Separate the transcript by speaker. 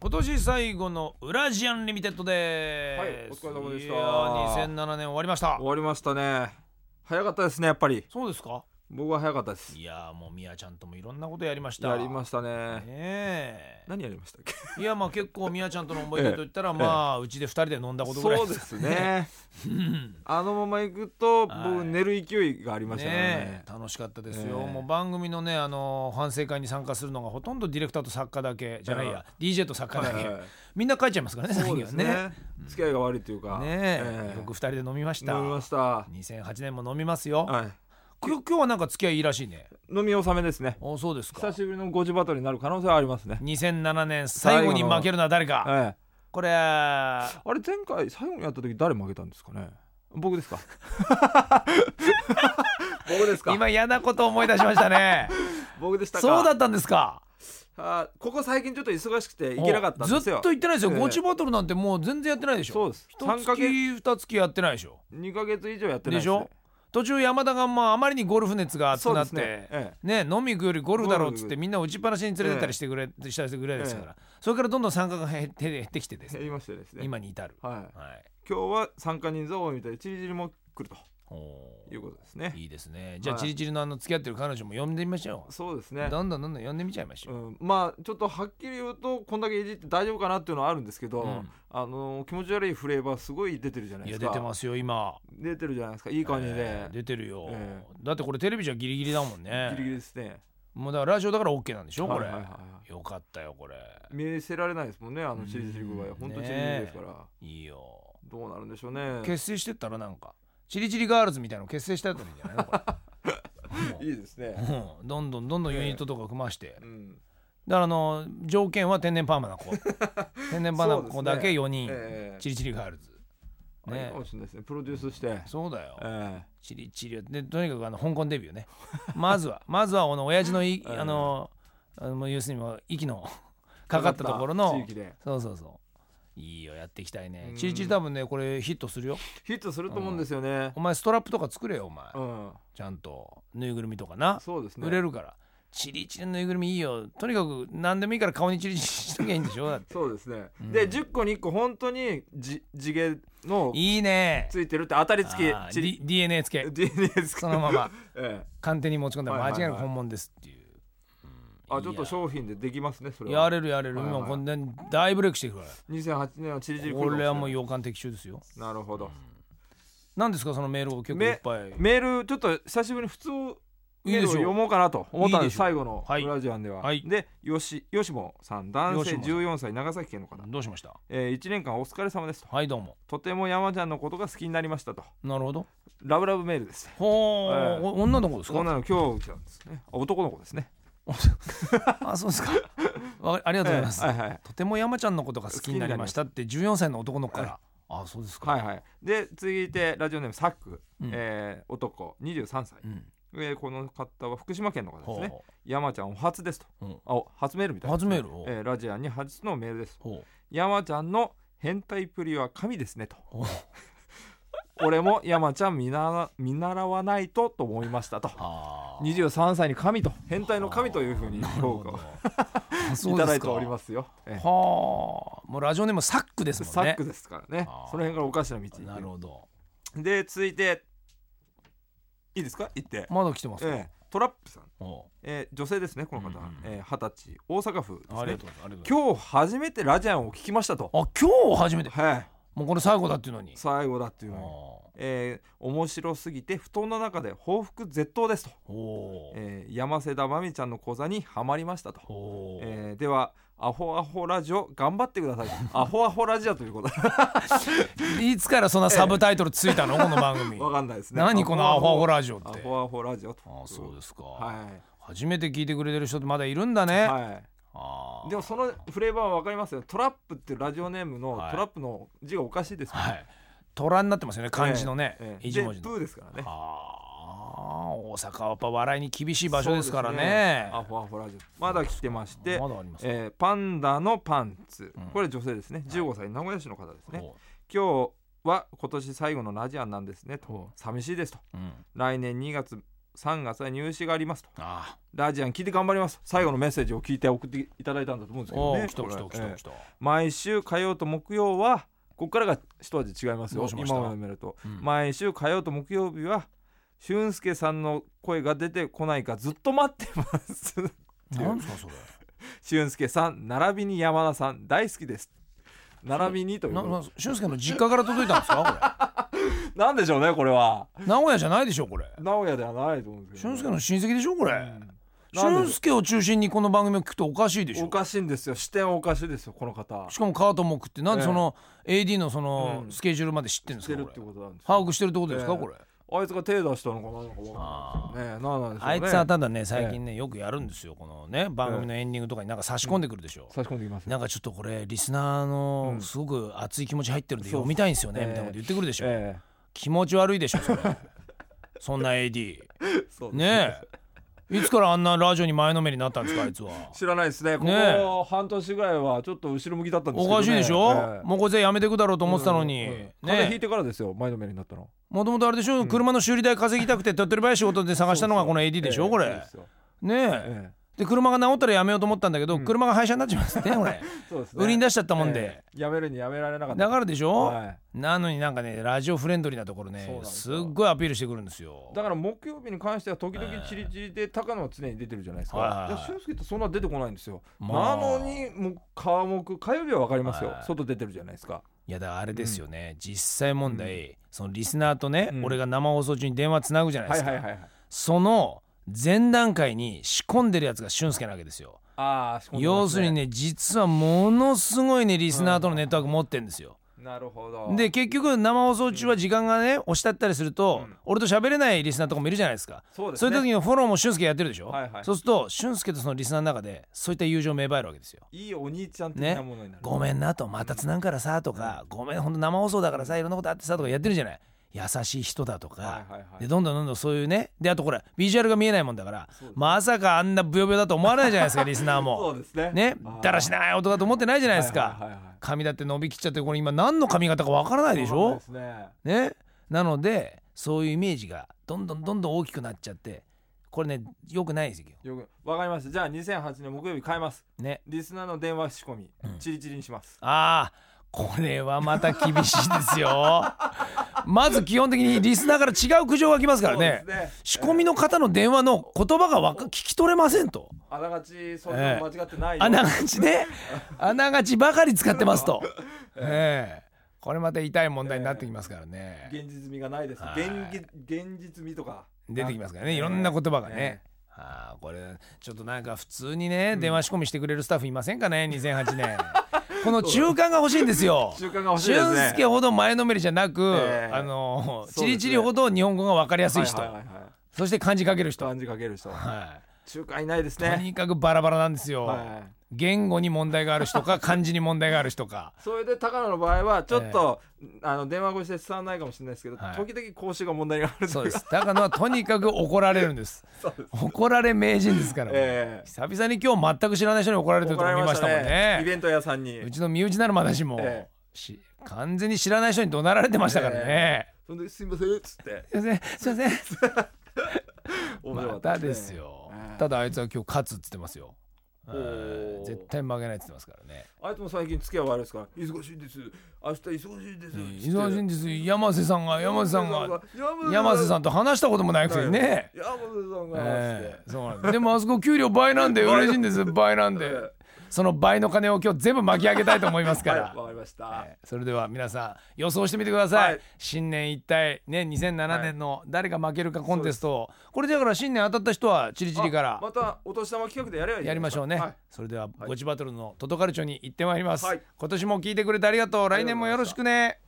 Speaker 1: 今年最後のウラジアンリミテッドです、
Speaker 2: はいお疲れ様でした
Speaker 1: いやー2007年終わりました
Speaker 2: 終わりましたね早かったですねやっぱり
Speaker 1: そうですか
Speaker 2: 僕は早かったです
Speaker 1: いやーもうみやちゃんともいろんなことやりました
Speaker 2: やりま
Speaker 1: し
Speaker 2: した
Speaker 1: た
Speaker 2: ね
Speaker 1: ねえ
Speaker 2: 何やりましたっけ
Speaker 1: いやまあ結構みやちゃんとの思い出と言っ たら、まあうちで二人で飲んだことぐらい
Speaker 2: そうですねあのまま行くと
Speaker 1: はい
Speaker 2: 僕寝る勢いがありましたから
Speaker 1: ね
Speaker 2: ね
Speaker 1: え楽しかったですよ、
Speaker 2: ええ
Speaker 1: もう番組のねあの反省会に参加するのがほとんどディレクターと作家だけじゃないや、DJ と作家だけ、
Speaker 2: はい
Speaker 1: みんな帰っちゃいますからね
Speaker 2: そうですね
Speaker 1: 最近は
Speaker 2: 付き合いが悪いというか
Speaker 1: ねねえ
Speaker 2: え
Speaker 1: よく二人で飲みました
Speaker 2: 飲みました
Speaker 1: 2008年も飲みますよ、
Speaker 2: は
Speaker 1: 今日今日はなんか付き合いいいらしいね
Speaker 2: い飲み納めですね
Speaker 1: おそうですか
Speaker 2: 久しぶりのゴジバトルになる可能性はありますね
Speaker 1: 2007年最後に負けるのは誰か、
Speaker 2: ええ
Speaker 1: これあ
Speaker 2: あれ前回最後にやった時誰負けたんですかね僕で すか僕ですか
Speaker 1: 今嫌なこと思い出しました ね
Speaker 2: 僕でしたか
Speaker 1: そうだったんですか
Speaker 2: あーここ最近ちょっと忙しくて行けなかったんです
Speaker 1: ずっ
Speaker 2: よ
Speaker 1: と行ってないですよ、
Speaker 2: ええ
Speaker 1: ゴチバトルなんてもう全然やってないでしょ
Speaker 2: そうです
Speaker 1: 1
Speaker 2: 三ヶ
Speaker 1: 月
Speaker 2: 月
Speaker 1: 2月やってないでしょ
Speaker 2: 2ヶ月以上やって
Speaker 1: で,、
Speaker 2: ないす
Speaker 1: しょ途中山田がまああまりにゴルフ熱が熱
Speaker 2: そ
Speaker 1: く
Speaker 2: う
Speaker 1: な
Speaker 2: で
Speaker 1: っ
Speaker 2: す
Speaker 1: て、
Speaker 2: ね
Speaker 1: ね
Speaker 2: え
Speaker 1: 飲み行くよりゴルフだろうっつっ
Speaker 2: ゴル
Speaker 1: て
Speaker 2: フ
Speaker 1: みんなを打ちっぱなしに連れてったりしてくれ、したりしてくれですから、それからどんどん参加が減って減ってきてです
Speaker 2: え
Speaker 1: ね
Speaker 2: やりましたですね
Speaker 1: 今に至る、
Speaker 2: はい
Speaker 1: はい、
Speaker 2: 今日は参加人数多いみたいでチリチリも来ると
Speaker 1: ほう
Speaker 2: いうことですね
Speaker 1: いいですねじゃあ、
Speaker 2: はい
Speaker 1: チリチリのあの付き合ってる彼女も呼んでみましょ
Speaker 2: そうです
Speaker 1: う、
Speaker 2: ね
Speaker 1: どんどんどんどん呼んでみちゃいまし
Speaker 2: う
Speaker 1: ょう、
Speaker 2: ん、まあちょっとはっきり言うとこんだけいじって大丈夫かなっていうのはあるんですけど、
Speaker 1: うん
Speaker 2: あの気持ち悪いフレーバーすごい出てるじゃない
Speaker 1: い
Speaker 2: で
Speaker 1: や
Speaker 2: す
Speaker 1: 出
Speaker 2: か
Speaker 1: てますよ今
Speaker 2: 出てるじゃないですかいい感じで、
Speaker 1: えー出てるよ、
Speaker 2: え
Speaker 1: だってこれテレビじゃギリギリだもんね
Speaker 2: ギリギリですね
Speaker 1: もうだからラジオだから OK なんでしょこれ、
Speaker 2: はいはいはいは
Speaker 1: よかったよこれ
Speaker 2: い見せられないですもんねあのチリチリ具
Speaker 1: う
Speaker 2: 合
Speaker 1: ん
Speaker 2: 本当にチリチリですから、
Speaker 1: いいよ
Speaker 2: どうなるんでしょうね
Speaker 1: 結成してったらなんかチリチリガールズみたいなの結成したやつみたいなこ
Speaker 2: いいですね
Speaker 1: れうんどんどんどんどんユニットとか組まして、
Speaker 2: うん
Speaker 1: だからあの条件は天然パーマな 子天然パーマな子だけ4人、
Speaker 2: ええ
Speaker 1: チリチリガールズ
Speaker 2: あれ
Speaker 1: ね
Speaker 2: かもしれないですねプロデュースして、え
Speaker 1: そうだよ、
Speaker 2: え
Speaker 1: チリチリでとにかくあの香港デビューね まずはまずはあの親父の い、
Speaker 2: うん
Speaker 1: あのあの要するにもう息の かかったところの
Speaker 2: 地域で
Speaker 1: そうそうそういいよやっていきたいね
Speaker 2: うん
Speaker 1: チリチリ多分ねこれヒットするよ
Speaker 2: ヒットすると思うんですよね
Speaker 1: お前ストラップとか作れよお前、
Speaker 2: うん、
Speaker 1: ちゃんとぬいぐるみとかな、
Speaker 2: そうですね
Speaker 1: 売れるからチリチリのぬいぐるみいいよとにかく何でもいいから顔にチリチリしときゃいいんでしょだ って
Speaker 2: そうですね、
Speaker 1: うん
Speaker 2: で10個に1個本当にじ地毛の
Speaker 1: いいね
Speaker 2: ついてるって当たり付
Speaker 1: あー
Speaker 2: きチリ
Speaker 1: D- DNA つけ
Speaker 2: DNA ですか
Speaker 1: そのまま
Speaker 2: ええ
Speaker 1: 鑑定に持ち込んだら
Speaker 2: はい
Speaker 1: 間違
Speaker 2: はいはいい
Speaker 1: なく本物ですっていう、うん
Speaker 2: あちょっと
Speaker 1: いや
Speaker 2: 商品でできますねそれは
Speaker 1: やれるやれる、
Speaker 2: はいはい
Speaker 1: 今こんなに大ブレイクしていくか
Speaker 2: 2008年はチリチリ
Speaker 1: らこ
Speaker 2: 来るかも
Speaker 1: れ
Speaker 2: しれ
Speaker 1: は
Speaker 2: ない
Speaker 1: もう予感的中ですよ
Speaker 2: なるほど
Speaker 1: 何ですかそのメールを結構いっぱい
Speaker 2: メールちょっと久しぶりに普通メールを
Speaker 1: いいでしょ
Speaker 2: 読
Speaker 1: う
Speaker 2: もうかなと思っ
Speaker 1: いい
Speaker 2: たんで
Speaker 1: でし
Speaker 2: す
Speaker 1: ょう
Speaker 2: 最後の
Speaker 1: はい
Speaker 2: ラジアンでは、
Speaker 1: はい
Speaker 2: でよしよしもさん男性
Speaker 1: よしも
Speaker 2: 14歳長崎県の方、
Speaker 1: どうしました
Speaker 2: えー、1年間お疲れ様ですと
Speaker 1: はいどうも
Speaker 2: とても山ちゃんのことが好きになりましたと
Speaker 1: なるほど
Speaker 2: ラブラブメールです
Speaker 1: ほう、
Speaker 2: ええ
Speaker 1: お女の子です
Speaker 2: こん
Speaker 1: か
Speaker 2: なの今日来たんですねあ男の子ですね
Speaker 1: あそうですかわかありがとうございます、
Speaker 2: はいはい
Speaker 1: とても山ちゃんのことが好きになりましたって14歳の男の子から、あそうですか、
Speaker 2: はいはいで続いてラジオネームサック、
Speaker 1: うん
Speaker 2: えー男23歳、
Speaker 1: うん
Speaker 2: えーこの方は福島県の方ですね
Speaker 1: ほ
Speaker 2: 山ちゃんお初ですと
Speaker 1: う、うん、
Speaker 2: あお初メールみたいな、
Speaker 1: 初メールを、
Speaker 2: えーラジアンに初のメールです
Speaker 1: ほう
Speaker 2: 山ちゃんの変態プリは神ですねと
Speaker 1: ほう
Speaker 2: 俺も山ちゃん見習見習わないとと思いましたと
Speaker 1: あー
Speaker 2: 23歳に神と変態の神というふうに
Speaker 1: なるほ
Speaker 2: 評価
Speaker 1: ど
Speaker 2: を
Speaker 1: あそう
Speaker 2: い
Speaker 1: ですか
Speaker 2: ただいておりますよええ
Speaker 1: はあもうラジオネームサックですも
Speaker 2: サ
Speaker 1: ん
Speaker 2: ッ
Speaker 1: ね
Speaker 2: クですからね
Speaker 1: あー
Speaker 2: その辺からおかしな道
Speaker 1: なるほど
Speaker 2: で続いていいですか行って、
Speaker 1: まだ来てますか、
Speaker 2: ええトラップさん、
Speaker 1: ほ
Speaker 2: ええ女性ですねこの方
Speaker 1: うんうんうん
Speaker 2: ええ二十、歳大阪府で
Speaker 1: うありがとうございますあ
Speaker 2: すね
Speaker 1: りがとうございます
Speaker 2: 今日初めてラジアンを聞きましたと、
Speaker 1: あ今日初めて
Speaker 2: はい、
Speaker 1: もうこれ最後だっていうのに
Speaker 2: 最後だっていうのに
Speaker 1: お
Speaker 2: えー面白すぎて布団の中で報復絶倒ですと、
Speaker 1: おー
Speaker 2: えー山瀬田真美ちゃんの講座にはまりましたと、
Speaker 1: おー
Speaker 2: えーではアホアホラジオ頑張ってく ださいアホアホラジオということ
Speaker 1: いつからそんなサブタイトルついたのこの番組
Speaker 2: わかんないです ね
Speaker 1: 何このアホアホラジオって
Speaker 2: アホアホラジオと
Speaker 1: あそうですか、
Speaker 2: は
Speaker 1: 初めて聞いてくれてる人ってまだいるんだ
Speaker 2: い、
Speaker 1: ね、
Speaker 2: は
Speaker 1: あ
Speaker 2: い、
Speaker 1: ー
Speaker 2: でもそのフレーバーはわかりますよトラップっていうラジオネームの
Speaker 1: はい
Speaker 2: トラップの字がおかしいですもん、
Speaker 1: はい虎になってますよね漢字のね、
Speaker 2: えーえ
Speaker 1: 一文
Speaker 2: ー
Speaker 1: 字
Speaker 2: で
Speaker 1: の
Speaker 2: プーですからね
Speaker 1: あー大阪はやっぱ笑いに厳しい場所ですからね
Speaker 2: そうですねアホアホラジオまだ来てまして
Speaker 1: まだありますね、
Speaker 2: えーパンダのパンツ、
Speaker 1: うん
Speaker 2: これ女性ですね15歳名古屋市の方ですね、
Speaker 1: ほ
Speaker 2: 今日は今年最後のラジアンなんですねと
Speaker 1: ほ
Speaker 2: 寂しいですと
Speaker 1: ううん
Speaker 2: 来年2月3月は入試がありますと
Speaker 1: あ
Speaker 2: ラジアン聞いて頑張ります最後のメッセージを聞いて送っていただいたんだと思うんです
Speaker 1: あ、
Speaker 2: けど
Speaker 1: お
Speaker 2: ね
Speaker 1: ー来た
Speaker 2: これ
Speaker 1: 来た来た
Speaker 2: ええ
Speaker 1: 来た。
Speaker 2: 毎週火曜と木曜はここからが一味違います
Speaker 1: ど
Speaker 2: よ
Speaker 1: うしました
Speaker 2: 今まで見ると、
Speaker 1: うん
Speaker 2: 毎週火曜と木曜日は俊介さんの声が出てこないかずっと待ってます
Speaker 1: なんですかそれ。
Speaker 2: 俊介さん並びに山田さん大好きです並びにという
Speaker 1: な、
Speaker 2: な
Speaker 1: な、俊介の実家から届いたんですか、
Speaker 2: なんでしょうねこれは
Speaker 1: これ。名古屋じゃないでしょこれ。
Speaker 2: 名古屋ではないと思うんですけ
Speaker 1: 俊
Speaker 2: ど、ね、
Speaker 1: 介の親戚でしょこれ。
Speaker 2: なんで
Speaker 1: 俊介を中心にこの番組を聞くとおかしいでし
Speaker 2: お
Speaker 1: ょ。
Speaker 2: かしいんですよ視点おかしいですよこの方
Speaker 1: しかもカートも食って、なんでその AD のその
Speaker 2: うん
Speaker 1: スケジュールまで知ってるんで
Speaker 2: し
Speaker 1: す
Speaker 2: て
Speaker 1: か
Speaker 2: る
Speaker 1: こ
Speaker 2: って
Speaker 1: れ。
Speaker 2: ことなんです
Speaker 1: 把
Speaker 2: よ
Speaker 1: 握してるってことですか
Speaker 2: ええ
Speaker 1: これ。
Speaker 2: あいつが手出したのかななんかわかんないですよねなんなんでしょうね
Speaker 1: あいつはただね最近ねよくやるんですよこのね番組のエンディングとかになんか差し込んでくるでしょ。
Speaker 2: 差し込んできますよ
Speaker 1: なんかちょっとこれリスナー
Speaker 2: う
Speaker 1: の
Speaker 2: ん
Speaker 1: すごく熱い気持ち入ってるんで
Speaker 2: そう
Speaker 1: 読みたいんですよね
Speaker 2: ええ
Speaker 1: みたいなこと言ってくるでしょ、
Speaker 2: え
Speaker 1: 気持ち悪いでしょそれそんな AD
Speaker 2: えそうです
Speaker 1: ねえいつからあんなラジオに前のめりになったんですかあい つは
Speaker 2: 知らないですね。こ
Speaker 1: ね
Speaker 2: こ半年ぐらいはちょっと後ろ向きだったんですけ
Speaker 1: お
Speaker 2: ど、ね。
Speaker 1: かしいでしょ、
Speaker 2: ええ
Speaker 1: もうこいつはやめてくだろうと思ってたのに、
Speaker 2: うんうんうん風邪ひい
Speaker 1: ねえ
Speaker 2: てからですよ。前のめりになったの。
Speaker 1: もともとあれでしょ、車の修理代稼ぎたくて手っ取り早い仕事で探したのがこの AD でしょ
Speaker 2: ええ
Speaker 1: これ、
Speaker 2: そうですよ
Speaker 1: ねえ、
Speaker 2: ええ
Speaker 1: で車が直ったらやめようと思ったんだけど、
Speaker 2: うん
Speaker 1: 車が廃車になっちゃいますねこ れ
Speaker 2: そうですね。
Speaker 1: 売りに出しちゃったもんで、
Speaker 2: ええやめるにやめられなかった。
Speaker 1: だからでしょ、
Speaker 2: はい
Speaker 1: なのになんかねラジオフレンドリーなところ
Speaker 2: そう
Speaker 1: ね
Speaker 2: なんです
Speaker 1: すっ
Speaker 2: よ
Speaker 1: ごいアピールしてくるんですよ
Speaker 2: だから木曜日に関しては時々チリチリで高野は常に出てるじゃないです
Speaker 1: はいは
Speaker 2: か。
Speaker 1: いはい
Speaker 2: で俊介ってそんな出てこないんですよ。
Speaker 1: まあ
Speaker 2: なのにもう川木火曜日はわかりますよ
Speaker 1: は。い
Speaker 2: 外出てるじゃないですか。
Speaker 1: いやだからあれですよね、実際問題、そのリスナーとね、
Speaker 2: うん
Speaker 1: 俺が生放送中に電話つなぐじゃないで
Speaker 2: はい
Speaker 1: すか、
Speaker 2: はいはいはい。
Speaker 1: その前段階に仕込んでるやつが俊介なわけですよ
Speaker 2: ああ、仕込んでますね
Speaker 1: 要するに。ね実はものすごいねリスナーとのネットワーク持ってるんですよ、
Speaker 2: なるほど。
Speaker 1: で、結局生放送中は時間がね押したったりすると、
Speaker 2: うん
Speaker 1: 俺と喋れないリスナーとかもいるじゃないですか
Speaker 2: そうです
Speaker 1: そう
Speaker 2: ね。
Speaker 1: いう時のフォローも俊介やってるでしょ、
Speaker 2: はいはい
Speaker 1: そうすると俊介とそのリスナーの中でそういった友情芽生えるわけですよ
Speaker 2: いいお兄ちゃん的なものになる。
Speaker 1: ごめんなとまたつなんからさとか、ごめんほんと生放送だからさいろんなことあってさとかやってるじゃない優しい人だとか、
Speaker 2: はいはいはい
Speaker 1: でどんどんどんどんそういうねであとこれビジュアルが見えないもんだから
Speaker 2: そうですね
Speaker 1: まさかあんなブヨブヨだと思わないじゃないですかリスナー
Speaker 2: そう
Speaker 1: も
Speaker 2: ですね。
Speaker 1: ね
Speaker 2: あー
Speaker 1: だらしない男だと思ってないじゃないですか、
Speaker 2: はいはいはいはい
Speaker 1: 髪だって伸びきっちゃってこれ今何の髪型かわからないでし
Speaker 2: そう
Speaker 1: ょ
Speaker 2: ですね。
Speaker 1: ねなのでそういうイメージがどんどんどんどん大きくなっちゃってこれね良くないですよ
Speaker 2: よくわかりました。じゃあ2008年木曜日変えます。
Speaker 1: ね
Speaker 2: リスナーの電話仕込み、
Speaker 1: うん
Speaker 2: チリチリにします。
Speaker 1: ああこれはまた厳しいですよ まず基本的にリスナーから違う苦情が来ますからね
Speaker 2: そうですね
Speaker 1: 仕込みの方の電話の言葉がわか聞き取れませんと
Speaker 2: あながちそんなの間違っ てないよ。
Speaker 1: あながちであながちばかり使ってます と、ええこれまた痛い問題になってきますからね、
Speaker 2: 現実味がないです。
Speaker 1: はい
Speaker 2: 現実現実味とか
Speaker 1: 出てきますからねいろんな言葉がね、
Speaker 2: え
Speaker 1: あーこれちょっとなんか普通にね、電話仕込みしてくれるスタッフいませんかね2008年 この中間が欲しいんですよ
Speaker 2: 中間が欲しいですね。
Speaker 1: 俊介ほど前のめりじゃなく、
Speaker 2: ええ
Speaker 1: あの
Speaker 2: そうです
Speaker 1: チ
Speaker 2: ね
Speaker 1: リチリほど日本語が分かりやすい人、
Speaker 2: はいはいはいはい。
Speaker 1: そして漢字書ける人、は
Speaker 2: 漢字かける人。
Speaker 1: い
Speaker 2: 中間いないです
Speaker 1: と
Speaker 2: ね。
Speaker 1: にかくバラバラなんですよ、
Speaker 2: はい。
Speaker 1: 言語に問題がある人か漢字に問題がある人か
Speaker 2: それで高野の場合はちょっと、あの電話越しで伝わらないかもしれないですけど、
Speaker 1: はい
Speaker 2: 時々講師が問題がある
Speaker 1: そう
Speaker 2: と
Speaker 1: で
Speaker 2: いうか
Speaker 1: す高野はとにかく怒られるんです怒られ名人ですから、
Speaker 2: ええ
Speaker 1: 久々に今日全く知らない人に怒られてるとこ
Speaker 2: 怒ら
Speaker 1: 見
Speaker 2: れ
Speaker 1: ま
Speaker 2: ま
Speaker 1: し
Speaker 2: したた
Speaker 1: もん
Speaker 2: ね。イ
Speaker 1: ね
Speaker 2: ベント屋さんに
Speaker 1: う。ちの身内なるまだしも、
Speaker 2: え
Speaker 1: し完全に知らない人に怒鳴られてましたからね、
Speaker 2: そんですいませんっつって。
Speaker 1: すいませんすいません
Speaker 2: 面白か
Speaker 1: ま
Speaker 2: ったたで
Speaker 1: ですす
Speaker 2: ね
Speaker 1: よ、
Speaker 2: ええ
Speaker 1: ただあいつは今日勝つっつってますよ
Speaker 2: おー
Speaker 1: 絶対負けないっつってますからね
Speaker 2: あいつも最近付き合い悪いですから忙しいです明日忙しいです
Speaker 1: 忙しいんです山瀬さんが山瀬さんが
Speaker 2: 山
Speaker 1: 山
Speaker 2: 瀬
Speaker 1: 瀬
Speaker 2: さ
Speaker 1: さんと話したこともない
Speaker 2: ん
Speaker 1: くせにね
Speaker 2: 山瀬さんが
Speaker 1: え
Speaker 2: つ
Speaker 1: えそうなんですでもあそこ給料倍 なんで嬉しいんです倍なんで
Speaker 2: え
Speaker 1: その倍の金を今日全部巻き上げたいと思います
Speaker 2: って
Speaker 1: か
Speaker 2: は
Speaker 1: ら、
Speaker 2: いわかりました
Speaker 1: ええそれでは皆さん予想してみてください、
Speaker 2: はい
Speaker 1: 新年一体ね2007年の誰が負けるかコンテストをこれだから新年当たった人はチリチリから
Speaker 2: あまたお年玉企画でやればいいじ
Speaker 1: や
Speaker 2: ゃな
Speaker 1: り
Speaker 2: い
Speaker 1: ま
Speaker 2: で
Speaker 1: し
Speaker 2: す
Speaker 1: ょ
Speaker 2: か
Speaker 1: うね、
Speaker 2: はい
Speaker 1: それではゴチバトルのトトカルチョに行ってまいります、
Speaker 2: はい
Speaker 1: 今年も聞いてくれてありがとう来年もよろしくね